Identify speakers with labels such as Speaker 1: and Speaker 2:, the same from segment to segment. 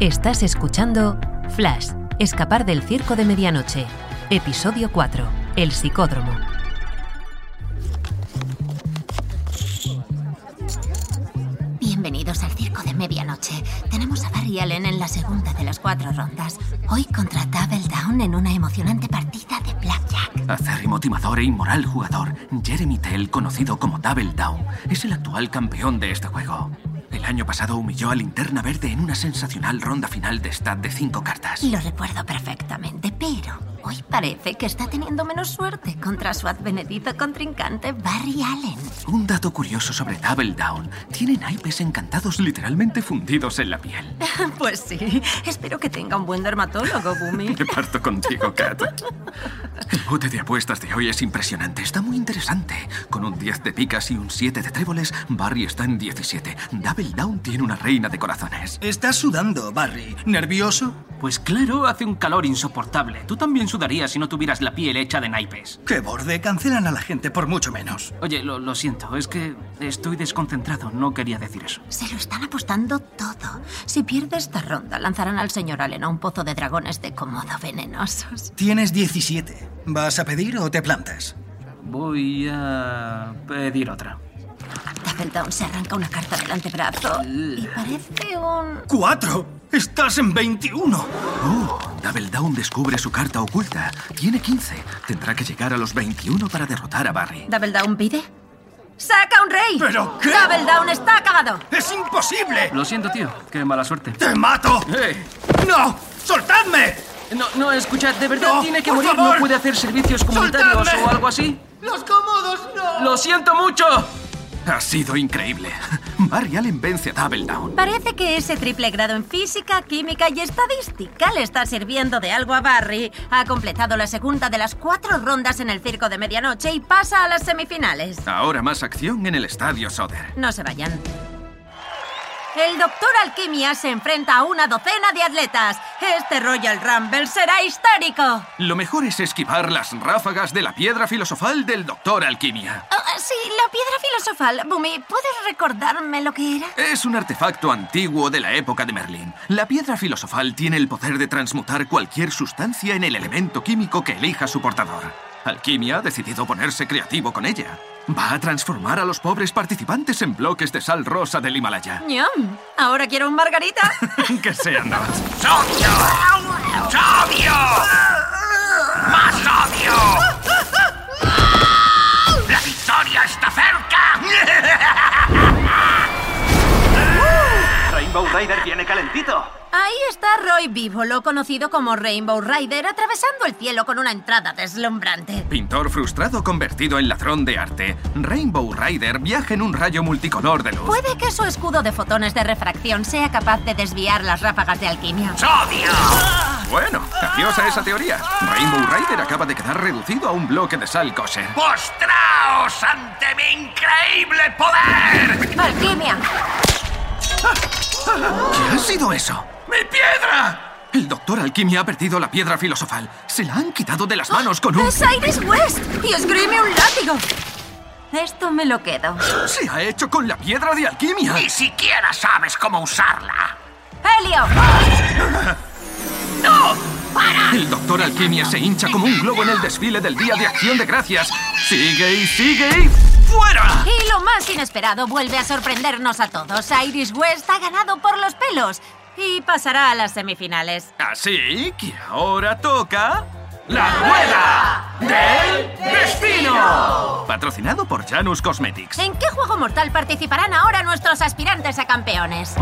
Speaker 1: Estás escuchando Flash, Escapar del Circo de Medianoche, episodio 4, El Psicódromo.
Speaker 2: Bienvenidos al Circo de Medianoche. Tenemos a Barry Allen en la segunda de las cuatro rondas. Hoy contra Double Down en una emocionante partida de Blackjack.
Speaker 3: Acérrimo timador e inmoral jugador, Jeremy Tell, conocido como Double Down, es el actual campeón de este juego. El año pasado humilló a Linterna Verde en una sensacional ronda final de stat de cinco cartas.
Speaker 2: Lo recuerdo perfectamente, pero hoy parece que está teniendo menos suerte contra su advenedizo contrincante Barry Allen.
Speaker 3: Un dato curioso sobre Double Down. Tiene naipes encantados literalmente fundidos en la piel.
Speaker 2: Pues sí, espero que tenga un buen dermatólogo, Bumi.
Speaker 3: Me parto contigo, Kat. El bote de apuestas de hoy es impresionante. Está muy interesante. Con un 10 de picas y un 7 de tréboles, Barry está en 17. Double Down tiene una reina de corazones.
Speaker 4: Estás sudando, Barry. ¿Nervioso?
Speaker 5: Pues claro, hace un calor insoportable. Tú también sudarías si no tuvieras la piel hecha de naipes.
Speaker 4: ¡Qué borde! Cancelan a la gente por mucho menos.
Speaker 5: Oye, lo, lo siento, es que estoy desconcentrado. No quería decir eso.
Speaker 2: Se lo están apostando todo. Si pierde esta ronda, lanzarán al señor Allen a un pozo de dragones de comodo venenosos.
Speaker 4: Tienes 17. ¿Vas a pedir o te plantas?
Speaker 5: Voy a pedir otra.
Speaker 2: Double Down se arranca una carta del antebrazo y parece un...
Speaker 4: ¡Cuatro! ¡Estás en 21!
Speaker 3: Oh, Double Down descubre su carta oculta. Tiene 15. Tendrá que llegar a los 21 para derrotar a Barry.
Speaker 2: ¿Double Down pide? ¡Saca un rey!
Speaker 4: ¿Pero qué?
Speaker 2: ¡Double Down está acabado!
Speaker 4: ¡Es imposible!
Speaker 5: Lo siento, tío. Qué mala suerte.
Speaker 4: ¡Te mato!
Speaker 5: ¡Eh!
Speaker 4: ¡No! ¡Soltadme!
Speaker 5: No, no, escuchad, de verdad
Speaker 4: No,
Speaker 5: tiene que
Speaker 4: por
Speaker 5: morir.
Speaker 4: favor.
Speaker 5: No puede hacer servicios comunitarios
Speaker 4: ¡Soltadme!
Speaker 5: o algo así.
Speaker 4: ¡Los cómodos no!
Speaker 5: Lo siento mucho.
Speaker 3: Ha sido increíble. Barry Allen vence a Double Down.
Speaker 2: Parece que ese triple grado en física, química y estadística le está sirviendo de algo a Barry. Ha completado la segunda de las cuatro rondas en el circo de medianoche y pasa a las semifinales.
Speaker 3: Ahora más acción en el Estadio Soder.
Speaker 2: No se vayan. El doctor Alquimia se enfrenta a una docena de atletas. Este Royal Rumble será histórico.
Speaker 3: Lo mejor es esquivar las ráfagas de la piedra filosofal del Doctor Alquimia.
Speaker 2: Ah, sí, la piedra filosofal. Bumi, ¿puedes recordarme lo que era?
Speaker 3: Es un artefacto antiguo de la época de Merlín. La piedra filosofal tiene el poder de transmutar cualquier sustancia en el elemento químico que elija su portador. Alquimia ha decidido ponerse creativo con ella. Va a transformar a los pobres participantes en bloques de sal rosa del Himalaya.
Speaker 2: ¡Ñam! Ahora quiero un margarita.
Speaker 3: que sean dos.
Speaker 4: ¡Sodio! ¡Sodio! ¡Más sodio! ¡La victoria está cerca!
Speaker 6: Rainbow Rider viene calentito.
Speaker 2: Ahí está Roy Bívolo, conocido como Rainbow Rider, atravesando el cielo con una entrada deslumbrante.
Speaker 3: Pintor frustrado convertido en ladrón de arte, Rainbow Rider viaja en un rayo multicolor de luz.
Speaker 2: Puede que su escudo de fotones de refracción sea capaz de desviar las ráfagas de alquimia.
Speaker 3: Bueno, adiós a esa teoría. Rainbow Rider acaba de quedar reducido a un bloque de sal kosher.
Speaker 4: ¡Postraos ante mi increíble poder!
Speaker 2: ¡Alquimia!
Speaker 3: ¿Qué ha sido eso?
Speaker 4: ¡Mi piedra!
Speaker 3: El doctor Alquimia ha perdido la piedra filosofal. Se la han quitado de las manos con un...
Speaker 2: ¡Es Iris West! ¡Y esgrime un látigo! Esto me lo quedo.
Speaker 3: ¡Se ha hecho con la piedra de alquimia!
Speaker 4: Ni siquiera sabes cómo usarla.
Speaker 2: ¡Helio!
Speaker 3: El doctor Alquimia se hincha como un globo en el desfile del Día de Acción de Gracias. ¡Sigue y sigue y... ¡Fuera!
Speaker 2: Y lo más inesperado vuelve a sorprendernos a todos. Iris West ha ganado por los pelos y pasará a las semifinales.
Speaker 3: Así que ahora toca... ¡La rueda del destino! Patrocinado por Janus Cosmetics.
Speaker 2: ¿En qué juego mortal participarán ahora nuestros aspirantes a campeones?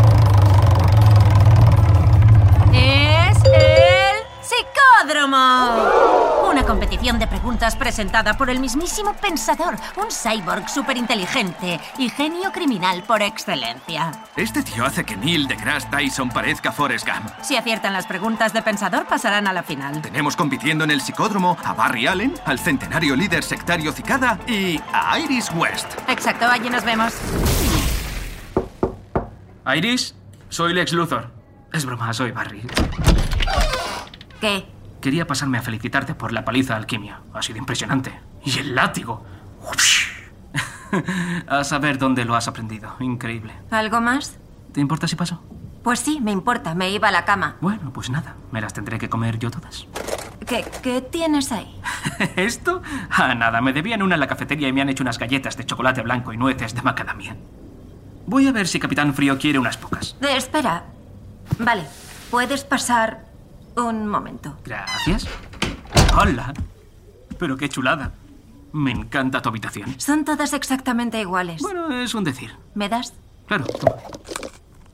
Speaker 2: Es el Psicódromo. Una competición de preguntas presentada por el mismísimo pensador, un cyborg superinteligente y genio criminal por excelencia.
Speaker 3: Este tío hace que Neil deGrasse Tyson parezca Forrest Gump.
Speaker 2: Si aciertan las preguntas de pensador, pasarán a la final.
Speaker 3: Tenemos compitiendo en el psicódromo a Barry Allen, al centenario líder sectario Cicada y a Iris West.
Speaker 2: Exacto, allí nos vemos.
Speaker 5: Iris, soy Lex Luthor. Es broma, soy Barry.
Speaker 2: ¿Qué?
Speaker 5: Quería pasarme a felicitarte por la paliza de alquimia. Ha sido impresionante. Y el látigo. ¡Ups! a saber dónde lo has aprendido. Increíble.
Speaker 2: ¿Algo más?
Speaker 5: ¿Te importa si paso?
Speaker 2: Pues sí, me importa, me iba a la cama.
Speaker 5: Bueno, pues nada, me las tendré que comer yo todas.
Speaker 2: ¿Qué, qué tienes ahí?
Speaker 5: ¿Esto? Ah, nada, me debían una en la cafetería y me han hecho unas galletas de chocolate blanco y nueces de macadamia. Voy a ver si Capitán Frío quiere unas pocas.
Speaker 2: Eh, espera. Vale, puedes pasar un momento.
Speaker 5: Gracias. ¡Hola! Pero qué chulada. Me encanta tu habitación.
Speaker 2: Son todas exactamente iguales.
Speaker 5: Bueno, es un decir.
Speaker 2: ¿Me das?
Speaker 5: Claro, toma.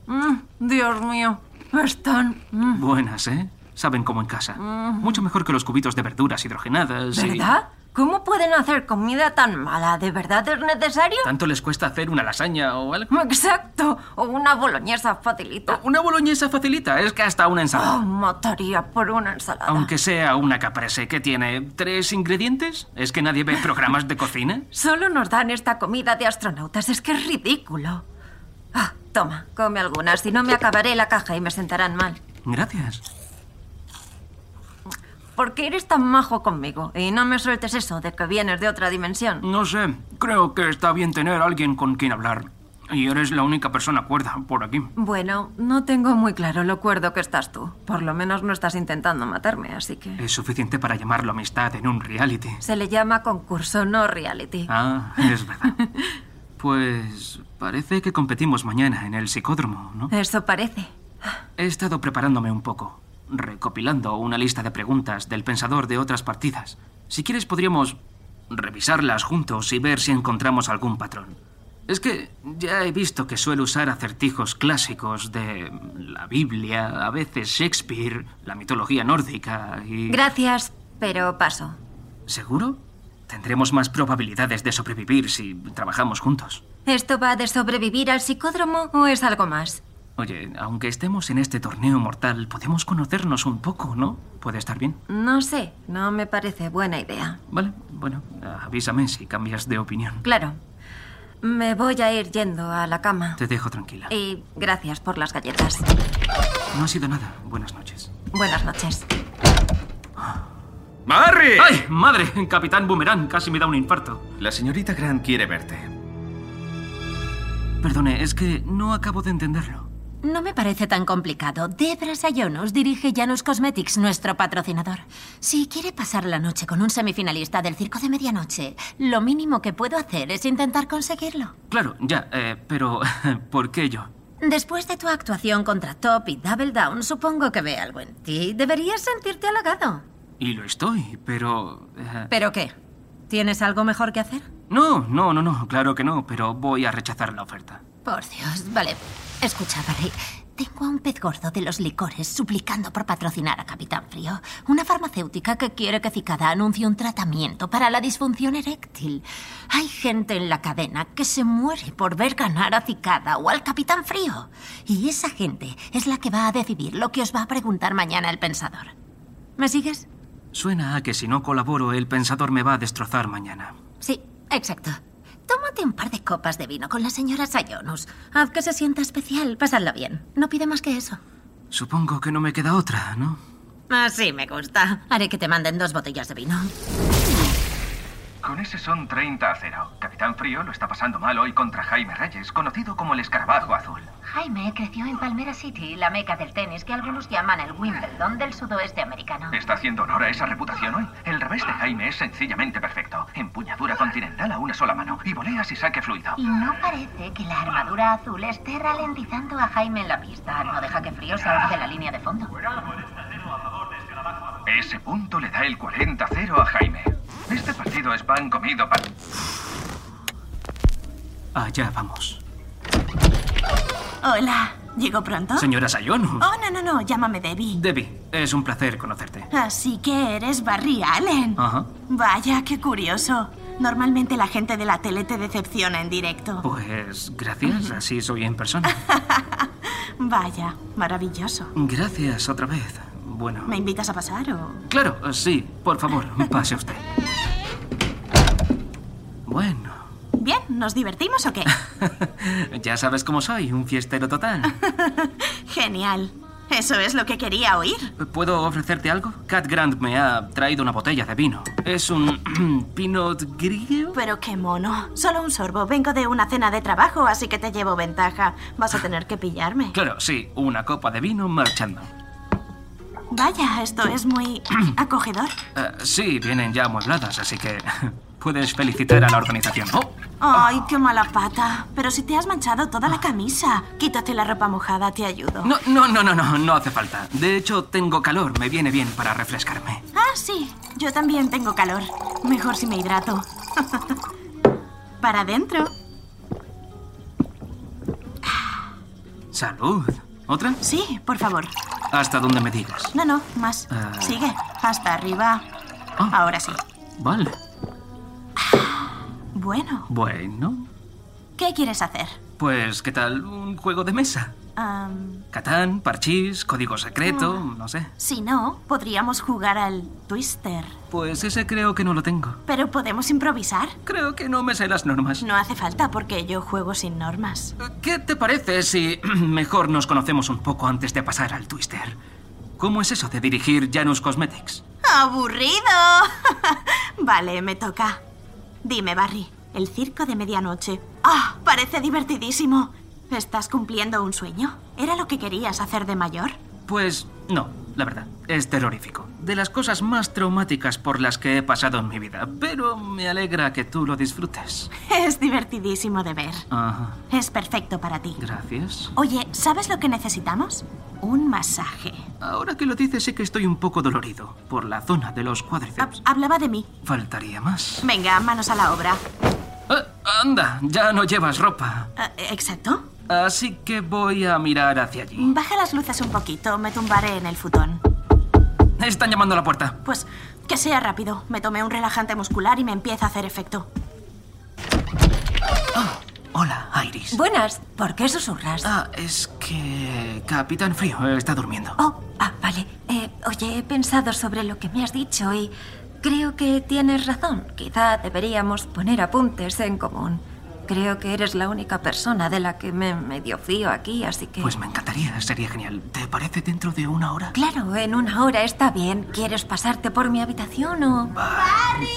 Speaker 2: Mm, Dios mío, están... mm,
Speaker 5: Buenas, ¿eh? Saben como en casa. Mucho mejor que los cubitos de verduras hidrogenadas. y-
Speaker 2: ¿Verdad? ¿Cómo pueden hacer comida tan mala? ¿De verdad es necesario?
Speaker 5: ¿Tanto les cuesta hacer una lasaña o algo?
Speaker 2: Exacto. O una boloñesa facilita.
Speaker 5: Una boloñesa facilita, es que hasta una
Speaker 2: Oh,
Speaker 5: ensalada.
Speaker 2: mataría por una ensalada.
Speaker 5: Ah. Aunque sea una caprese que tiene tres ingredientes, ¿es que nadie ve programas de cocina?
Speaker 2: Solo nos dan esta comida de astronautas. Es que es ridículo. Ah, toma, come algunas. Si no, me acabaré la caja y me sentarán mal.
Speaker 5: Gracias.
Speaker 2: ¿Por qué eres tan majo conmigo? Y no me sueltes eso de que vienes de otra dimensión.
Speaker 5: No sé, creo que está bien tener a alguien con quien hablar. Y eres la única persona cuerda por aquí.
Speaker 2: Bueno, no tengo muy claro lo cuerdo que estás tú. Por lo menos no estás intentando matarme, así que...
Speaker 5: Es suficiente para llamarlo amistad en un reality.
Speaker 2: Se le llama concurso, no reality.
Speaker 5: Ah, es verdad. Pues parece que competimos mañana en el psicódromo, ¿no?
Speaker 2: Eso parece.
Speaker 5: He estado preparándome un poco, recopilando una lista de preguntas del pensador de otras partidas. Si quieres podríamos revisarlas juntos y ver si encontramos algún patrón. Es que ya he visto que suele usar acertijos clásicos de la Biblia, a veces Shakespeare, la mitología nórdica y...
Speaker 2: Gracias, pero paso.
Speaker 5: ¿Seguro? Tendremos más probabilidades de sobrevivir si trabajamos juntos.
Speaker 2: ¿Esto va de sobrevivir al psicódromo o es algo más?
Speaker 5: Oye, aunque estemos en este torneo mortal, podemos conocernos un poco, ¿no? Puede estar bien.
Speaker 2: No sé, no me parece buena idea.
Speaker 5: Vale, bueno, avísame si cambias de opinión.
Speaker 2: Claro, me voy a ir yendo a la cama.
Speaker 5: Te dejo tranquila.
Speaker 2: Y gracias por las galletas.
Speaker 5: No ha sido nada. Buenas noches.
Speaker 2: Buenas noches.
Speaker 3: ¡Marry!
Speaker 5: ¡Ay, madre! Capitán Boomerang casi me da un infarto.
Speaker 3: La señorita Grant quiere verte.
Speaker 5: Perdone, es que no acabo de entenderlo.
Speaker 1: No me parece tan complicado. Debra Sayonos dirige Janus Cosmetics, nuestro patrocinador. Si quiere pasar la noche con un semifinalista del circo de medianoche, lo mínimo que puedo hacer es intentar conseguirlo.
Speaker 5: Claro, ya, eh, pero ¿por qué yo?
Speaker 1: Después de tu actuación contra Top y Double Down, supongo que ve algo en ti. Deberías sentirte halagado.
Speaker 5: Y lo estoy, pero... eh,
Speaker 1: ¿Pero qué? ¿Tienes algo mejor que hacer?
Speaker 5: no, no, no, no, claro que no, pero voy a rechazar la oferta.
Speaker 1: Por Dios, vale. Escucha, Barry. Tengo a un pez gordo de los licores suplicando por patrocinar a Capitán Frío, una farmacéutica que quiere que Cicada anuncie un tratamiento para la disfunción eréctil. Hay gente en la cadena que se muere por ver ganar a Cicada o al Capitán Frío. Y esa gente es la que va a decidir lo que os va a preguntar mañana el pensador. ¿Me sigues?
Speaker 5: Suena a que si no colaboro, el pensador me va a destrozar mañana.
Speaker 1: Sí, exacto. Tómate un par de copas de vino con la señora Sayonus. Haz que se sienta especial, pasadlo bien. No pide más que eso.
Speaker 5: Supongo que no me queda otra, ¿no?
Speaker 1: Así me gusta. Haré que te manden dos botellas de vino.
Speaker 3: Con ese son 30 a 0. Capitán Frío lo está pasando mal hoy contra Jaime Reyes, conocido como el escarabajo azul.
Speaker 7: Jaime creció en Palmera City, la meca del tenis que algunos llaman el Wimbledon del sudoeste americano.
Speaker 3: Está haciendo honor a esa reputación hoy. El revés de Jaime es sencillamente perfecto. Empuñadura continental a una sola mano y volea si saque fluido.
Speaker 7: Y no parece que la armadura azul esté ralentizando a Jaime en la pista. No deja que Frío salga de la línea de fondo.
Speaker 3: Ese punto le da el 40 a 0 a Jaime. Este partido es pan comido pan.
Speaker 5: Allá vamos.
Speaker 8: Hola, ¿llego pronto?
Speaker 5: Señora Sayonus.
Speaker 8: Oh, no, no, no, llámame Debbie.
Speaker 5: Debbie, es un placer conocerte.
Speaker 8: Así que eres Barry Allen.
Speaker 5: Ajá.
Speaker 8: Vaya, qué curioso. Normalmente la gente de la tele te decepciona en directo.
Speaker 5: Pues gracias, así soy en persona.
Speaker 8: Vaya, maravilloso.
Speaker 5: Gracias otra vez. Bueno.
Speaker 8: ¿Me invitas a pasar o...?
Speaker 5: Claro, sí, por favor, pase usted. Bueno,
Speaker 8: Bien, ¿nos divertimos o qué?
Speaker 5: ya sabes cómo soy, un fiestero total.
Speaker 8: Genial. Eso es lo que quería oír.
Speaker 5: ¿Puedo ofrecerte algo? Cat Grant me ha traído una botella de vino. Es un Pinot Gris.
Speaker 8: Pero qué mono. Solo un sorbo. Vengo de una cena de trabajo, así que te llevo ventaja. Vas a tener que pillarme.
Speaker 5: Claro, sí, una copa de vino marchando.
Speaker 8: Vaya, esto es muy acogedor.
Speaker 5: Uh, sí, vienen ya amuebladas, así que puedes felicitar a la organización. Oh.
Speaker 8: Ay, qué mala pata. Pero si te has manchado toda la camisa, quítate la ropa mojada, te ayudo.
Speaker 5: No, no, no, no, no, no hace falta. De hecho, tengo calor, me viene bien para refrescarme.
Speaker 8: Ah, sí, yo también tengo calor. Mejor si me hidrato. para adentro.
Speaker 5: Salud. ¿Otra?
Speaker 8: Sí, por favor.
Speaker 5: Hasta donde me digas.
Speaker 8: No, no, más. Uh... Sigue. Hasta arriba. Oh. Ahora sí.
Speaker 5: Vale.
Speaker 8: Bueno.
Speaker 5: Bueno.
Speaker 8: ¿Qué quieres hacer?
Speaker 5: Pues, ¿qué tal un juego de mesa?
Speaker 8: Um...
Speaker 5: Catán, parchís, código secreto, uh... no sé.
Speaker 8: Si no, podríamos jugar al Twister.
Speaker 5: Pues ese creo que no lo tengo.
Speaker 8: ¿Pero podemos improvisar?
Speaker 5: Creo que no me sé las normas.
Speaker 8: No hace falta porque yo juego sin normas.
Speaker 5: ¿Qué te parece si mejor nos conocemos un poco antes de pasar al Twister? ¿Cómo es eso de dirigir Janus Cosmetics?
Speaker 8: ¡Aburrido! vale, me toca. Dime, Barry, el circo de medianoche. ¡Ah! ¡Oh, parece divertidísimo. ¿Estás cumpliendo un sueño? ¿Era lo que querías hacer de mayor?
Speaker 5: Pues no, la verdad. Es terrorífico. De las cosas más traumáticas por las que he pasado en mi vida. Pero me alegra que tú lo disfrutes.
Speaker 8: Es divertidísimo de ver.
Speaker 5: Ajá.
Speaker 8: Es perfecto para ti.
Speaker 5: Gracias.
Speaker 8: Oye, ¿sabes lo que necesitamos? Un masaje.
Speaker 5: Ahora que lo dices, sé que estoy un poco dolorido por la zona de los cuádriceps.
Speaker 8: Ha hablaba de mí.
Speaker 5: Faltaría más.
Speaker 8: Venga, manos a la obra.
Speaker 5: Ah, anda, ya no llevas ropa.
Speaker 8: Ah, Exacto.
Speaker 5: Así que voy a mirar hacia allí.
Speaker 8: Baja las luces un poquito, me tumbaré en el futón.
Speaker 5: Están llamando a la puerta.
Speaker 8: Pues que sea rápido. Me tomé un relajante muscular y me empieza a hacer efecto.
Speaker 5: Oh, hola, Iris.
Speaker 9: Buenas. ¿Por qué susurras?
Speaker 5: Ah, es que... Capitán Frío está durmiendo.
Speaker 9: Oh, ah, vale. Eh, oye, he pensado sobre lo que me has dicho y creo que tienes razón. Quizá deberíamos poner apuntes en común. Creo que eres la única persona de la que me medio fío aquí, así que...
Speaker 5: Pues me encantaría, sería genial. ¿Te parece dentro de una hora?
Speaker 9: Claro, en una hora está bien. ¿Quieres pasarte por mi habitación o...?
Speaker 4: ¡Barry!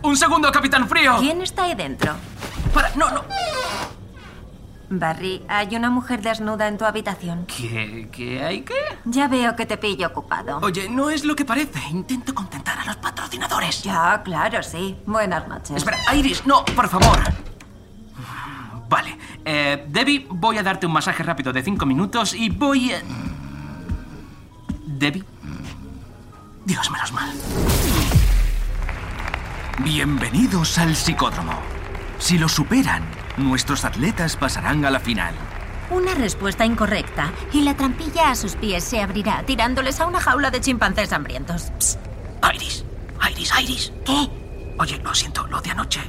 Speaker 5: ¡Un segundo, Capitán Frío!
Speaker 9: ¿Quién está ahí dentro?
Speaker 5: ¡Para! ¡No, no!
Speaker 9: Barry, hay una mujer desnuda en tu habitación.
Speaker 5: ¿Qué? ¿Qué hay qué?
Speaker 9: Ya veo que te pillo ocupado.
Speaker 5: Oye, no es lo que parece. Intento contentar a los patrocinadores.
Speaker 9: Ya, claro, sí. Buenas noches.
Speaker 5: Espera, Iris, no, por favor. Vale. Eh, Debbie, voy a darte un masaje rápido de 5 minutos y voy a... Debbie. Dios, menos mal.
Speaker 3: Bienvenidos al psicódromo. Si lo superan, nuestros atletas pasarán a la final.
Speaker 2: Una respuesta incorrecta y la trampilla a sus pies se abrirá tirándoles a una jaula de chimpancés hambrientos. Psst.
Speaker 4: Iris, Iris, Iris.
Speaker 2: ¿Qué?
Speaker 4: Oye, lo siento, lo de anoche.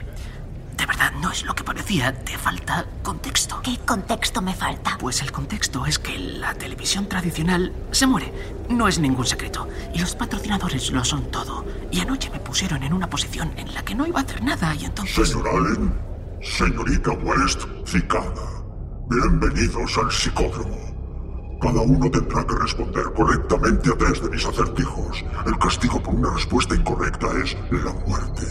Speaker 4: De verdad, no es lo que parecía. Te falta contexto.
Speaker 2: ¿Qué contexto me falta?
Speaker 4: Pues el contexto es que la televisión tradicional se muere. No es ningún secreto. Y los patrocinadores lo son todo. Y anoche me pusieron en una posición en la que no iba a hacer nada y entonces...
Speaker 10: Señor Allen, señorita West, cicada. Bienvenidos al psicódromo. Cada uno tendrá que responder correctamente a tres de mis acertijos. El castigo por una respuesta incorrecta es la muerte.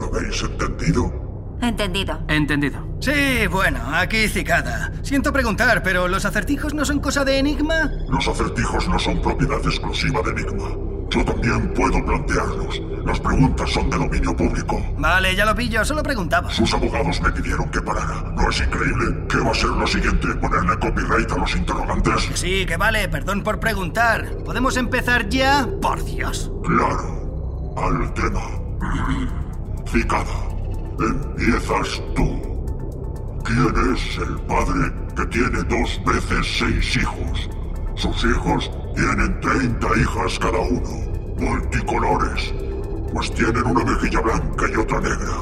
Speaker 10: ¿Lo habéis entendido?
Speaker 9: Entendido.
Speaker 5: Entendido.
Speaker 11: Sí, bueno, aquí cicada. Siento preguntar, pero ¿los acertijos no son cosa de Enigma?
Speaker 10: Los acertijos no son propiedad exclusiva de Enigma. Yo también puedo plantearlos. Las preguntas son de dominio público.
Speaker 11: Vale, ya lo pillo, solo preguntaba.
Speaker 10: Sus abogados me pidieron que parara. ¿No es increíble? ¿Qué va a ser lo siguiente? ¿Ponerle copyright a los interrogantes?
Speaker 11: Que sí, que vale, perdón por preguntar. ¿Podemos empezar ya? Por Dios.
Speaker 10: Claro. Al tema. Cicada, empiezas tú. ¿Quién es el padre que tiene dos veces seis hijos? Sus hijos tienen 30 hijas cada uno, multicolores, pues tienen una mejilla blanca y otra negra.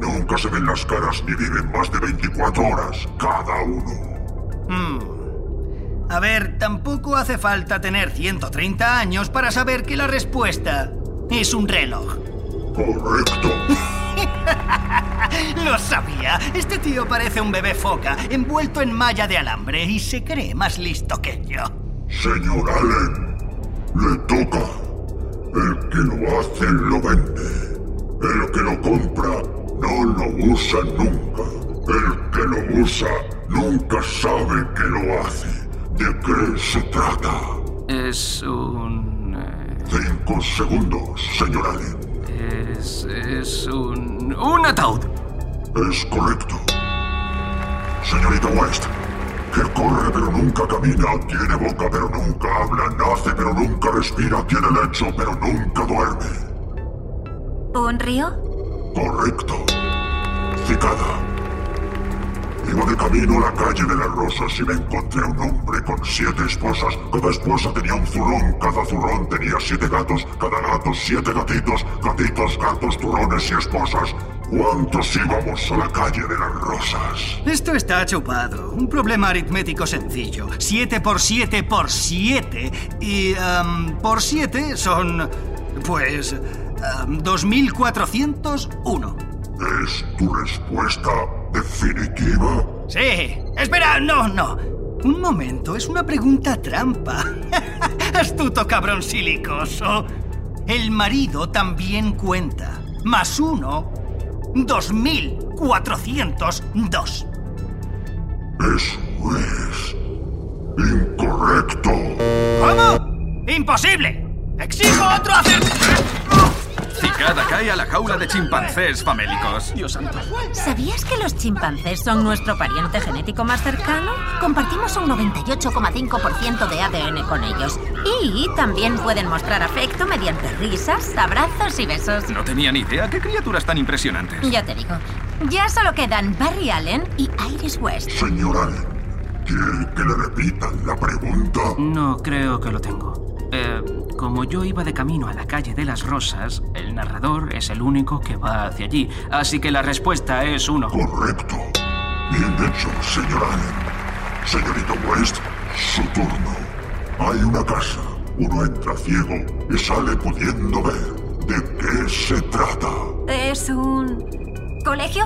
Speaker 10: Nunca se ven las caras ni viven más de 24 horas cada uno.
Speaker 11: Hmm. A ver, tampoco hace falta tener 130 años para saber que la respuesta es un reloj.
Speaker 10: Correcto.
Speaker 11: Lo sabía. Este tío parece un bebé foca envuelto en malla de alambre y se cree más listo que yo.
Speaker 10: Señor Allen, le toca. El que lo hace lo vende. El que lo compra no lo usa nunca. El que lo usa nunca sabe que lo hace. ¿De qué se trata?
Speaker 5: Es un... eh,
Speaker 10: Cinco segundos, señor Allen.
Speaker 5: Es, es un... Un ataúd.
Speaker 10: Es correcto. Señorita West, que corre pero nunca camina, tiene boca pero nunca habla, nace pero nunca respira, tiene lecho pero nunca duerme.
Speaker 9: ¿Un río?
Speaker 10: Correcto. Cicada. Iba de camino a la calle de las rosas y me encontré a un hombre con siete esposas. Cada esposa tenía un zurrón, cada zurrón tenía siete gatos, cada gato siete gatitos, gatitos, gatos, turrones y esposas. ¿Cuántos íbamos a la calle de las rosas?
Speaker 11: Esto está chupado. Un problema aritmético sencillo. 7 por 7 por 7. Y am, por 7 son... Pues... am, 2401.
Speaker 10: ¿Es tu respuesta definitiva?
Speaker 11: Sí. Espera, no, no. Un momento, es una pregunta trampa. Astuto cabrón silicoso. El marido también cuenta. Más uno, 2402.
Speaker 10: Eso es. pues, Incorrecto.
Speaker 11: ¿Cómo? ¡Imposible! ¡Exijo otro acertijo!
Speaker 3: Cicada cae a la jaula de chimpancés famélicos.
Speaker 5: Dios santo.
Speaker 2: ¿Sabías que los chimpancés son nuestro pariente genético más cercano? Compartimos un 98,5% de ADN con ellos. Y también pueden mostrar afecto mediante risas, abrazos y besos.
Speaker 3: No tenía ni idea qué criaturas tan impresionantes.
Speaker 2: Ya te digo. Ya solo quedan Barry Allen y Iris West.
Speaker 10: Señor Allen, ¿quiere que le repitan la pregunta?
Speaker 5: No creo que lo tengo. Eh, como yo iba de camino a la calle de las rosas, el narrador es el único que va hacia allí. Así que la respuesta es uno.
Speaker 10: Correcto. Bien hecho, señor Allen. Señorita West, su turno. Hay una casa. Uno entra ciego y sale pudiendo ver. ¿De qué se trata?
Speaker 9: ¿Es un... colegio?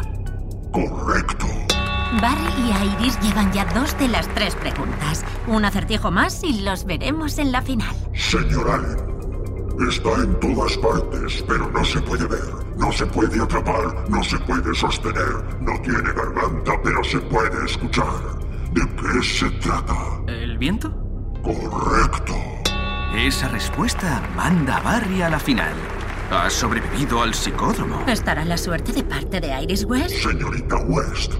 Speaker 10: Correcto.
Speaker 2: Barry y Iris llevan ya dos de las tres preguntas. Un acertijo más y los veremos en la final.
Speaker 10: Señor Allen, está en todas partes, pero no se puede ver, no se puede atrapar, no se puede sostener, no tiene garganta, pero se puede escuchar. ¿De qué se trata?
Speaker 5: ¿El viento?
Speaker 10: Correcto.
Speaker 3: Esa respuesta manda a Barry a la final. Ha sobrevivido al psicódromo.
Speaker 2: ¿Estará la suerte de parte de Iris West?
Speaker 10: Señorita West,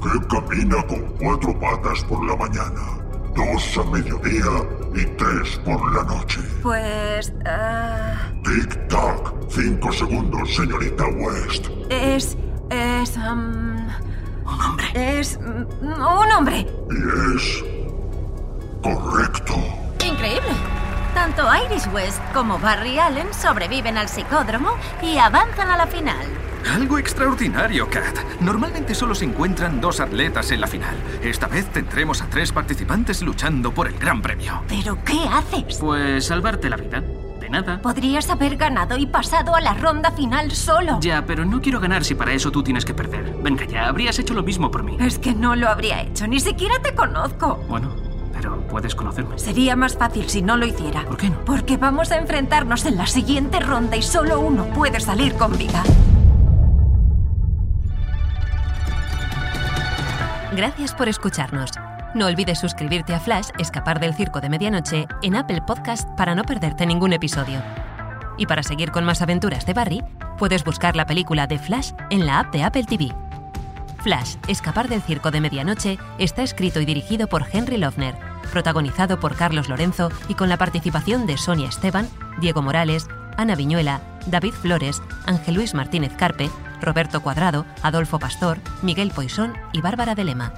Speaker 10: que camina con cuatro patas por la mañana, dos a mediodía y tres por la noche.
Speaker 9: Pues... ah,
Speaker 10: Tic-tac, cinco segundos, señorita West.
Speaker 9: es... es... am,
Speaker 5: Un hombre.
Speaker 9: es... mm, un hombre.
Speaker 10: Y es... correcto.
Speaker 2: Increíble. Tanto Iris West como Barry Allen sobreviven al psicódromo y avanzan a la final.
Speaker 3: Algo extraordinario, Kat. Normalmente solo se encuentran dos atletas en la final. Esta vez tendremos a tres participantes luchando por el gran premio.
Speaker 2: ¿Pero qué haces?
Speaker 5: Pues salvarte la vida. De nada.
Speaker 9: Podrías haber ganado y pasado a la ronda final solo.
Speaker 5: Ya, pero no quiero ganar si para eso tú tienes que perder. Venga ya, habrías hecho lo mismo por mí.
Speaker 9: Es que no lo habría hecho, ni siquiera te conozco.
Speaker 5: Bueno, pero puedes conocerme.
Speaker 9: Sería más fácil si no lo hiciera.
Speaker 5: ¿Por qué no?
Speaker 9: Porque vamos a enfrentarnos en la siguiente ronda y solo uno puede salir con vida.
Speaker 1: Gracias por escucharnos. No olvides suscribirte a Flash, escapar del circo de medianoche, en Apple Podcast para no perderte ningún episodio. Y para seguir con más aventuras de Barry, puedes buscar la película de Flash en la app de Apple TV. Flash, escapar del circo de medianoche, está escrito y dirigido por Henry Lofner, protagonizado por Carlos Lorenzo y con la participación de Sonia Esteban, Diego Morales, Ana Viñuela, David Flores, Ángel Luis Martínez Carpe, Roberto Cuadrado, Adolfo Pastor, Miguel Poisson y Bárbara de Lema.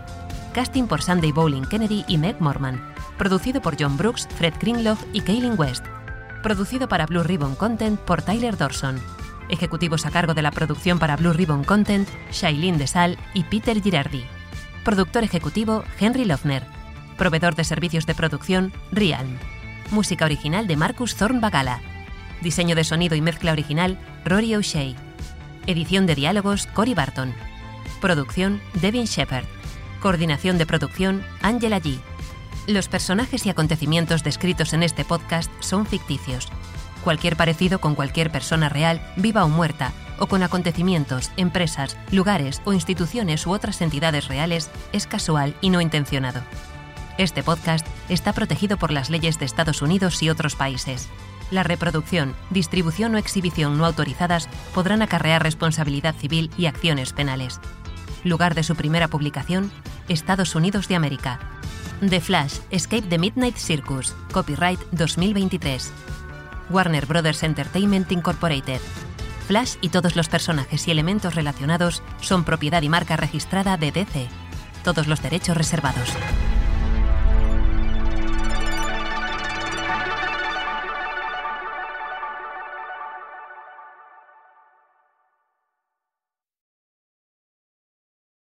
Speaker 1: Casting por Sunday Bowling Kennedy y Meg Morman. Producido por John Brooks, Fred Greenloff y Kaylin West. Producido para Blue Ribbon Content por Tyler Dorson. Ejecutivos a cargo de la producción para Blue Ribbon Content, Shailene DeSal y Peter Girardi. Productor ejecutivo, Henry Lofner. Proveedor de servicios de producción, Realm. Música original de Marcus Thorn Bagala. Diseño de sonido y mezcla original, Rory O'Shea. Edición de diálogos, Cory Barton. Producción, Devin Shepard. Coordinación de producción, Angela G. Los personajes y acontecimientos descritos en este podcast son ficticios. Cualquier parecido con cualquier persona real, viva o muerta, o con acontecimientos, empresas, lugares o instituciones u otras entidades reales es casual y no intencionado. Este podcast está protegido por las leyes de Estados Unidos y otros países. La reproducción, distribución o exhibición no autorizadas podrán acarrear responsabilidad civil y acciones penales. Lugar de su primera publicación, Estados Unidos de América. The Flash, Escape the Midnight Circus, copyright 2023. Warner Brothers Entertainment Incorporated. Flash y todos los personajes y elementos relacionados son propiedad y marca registrada de DC. Todos los derechos reservados.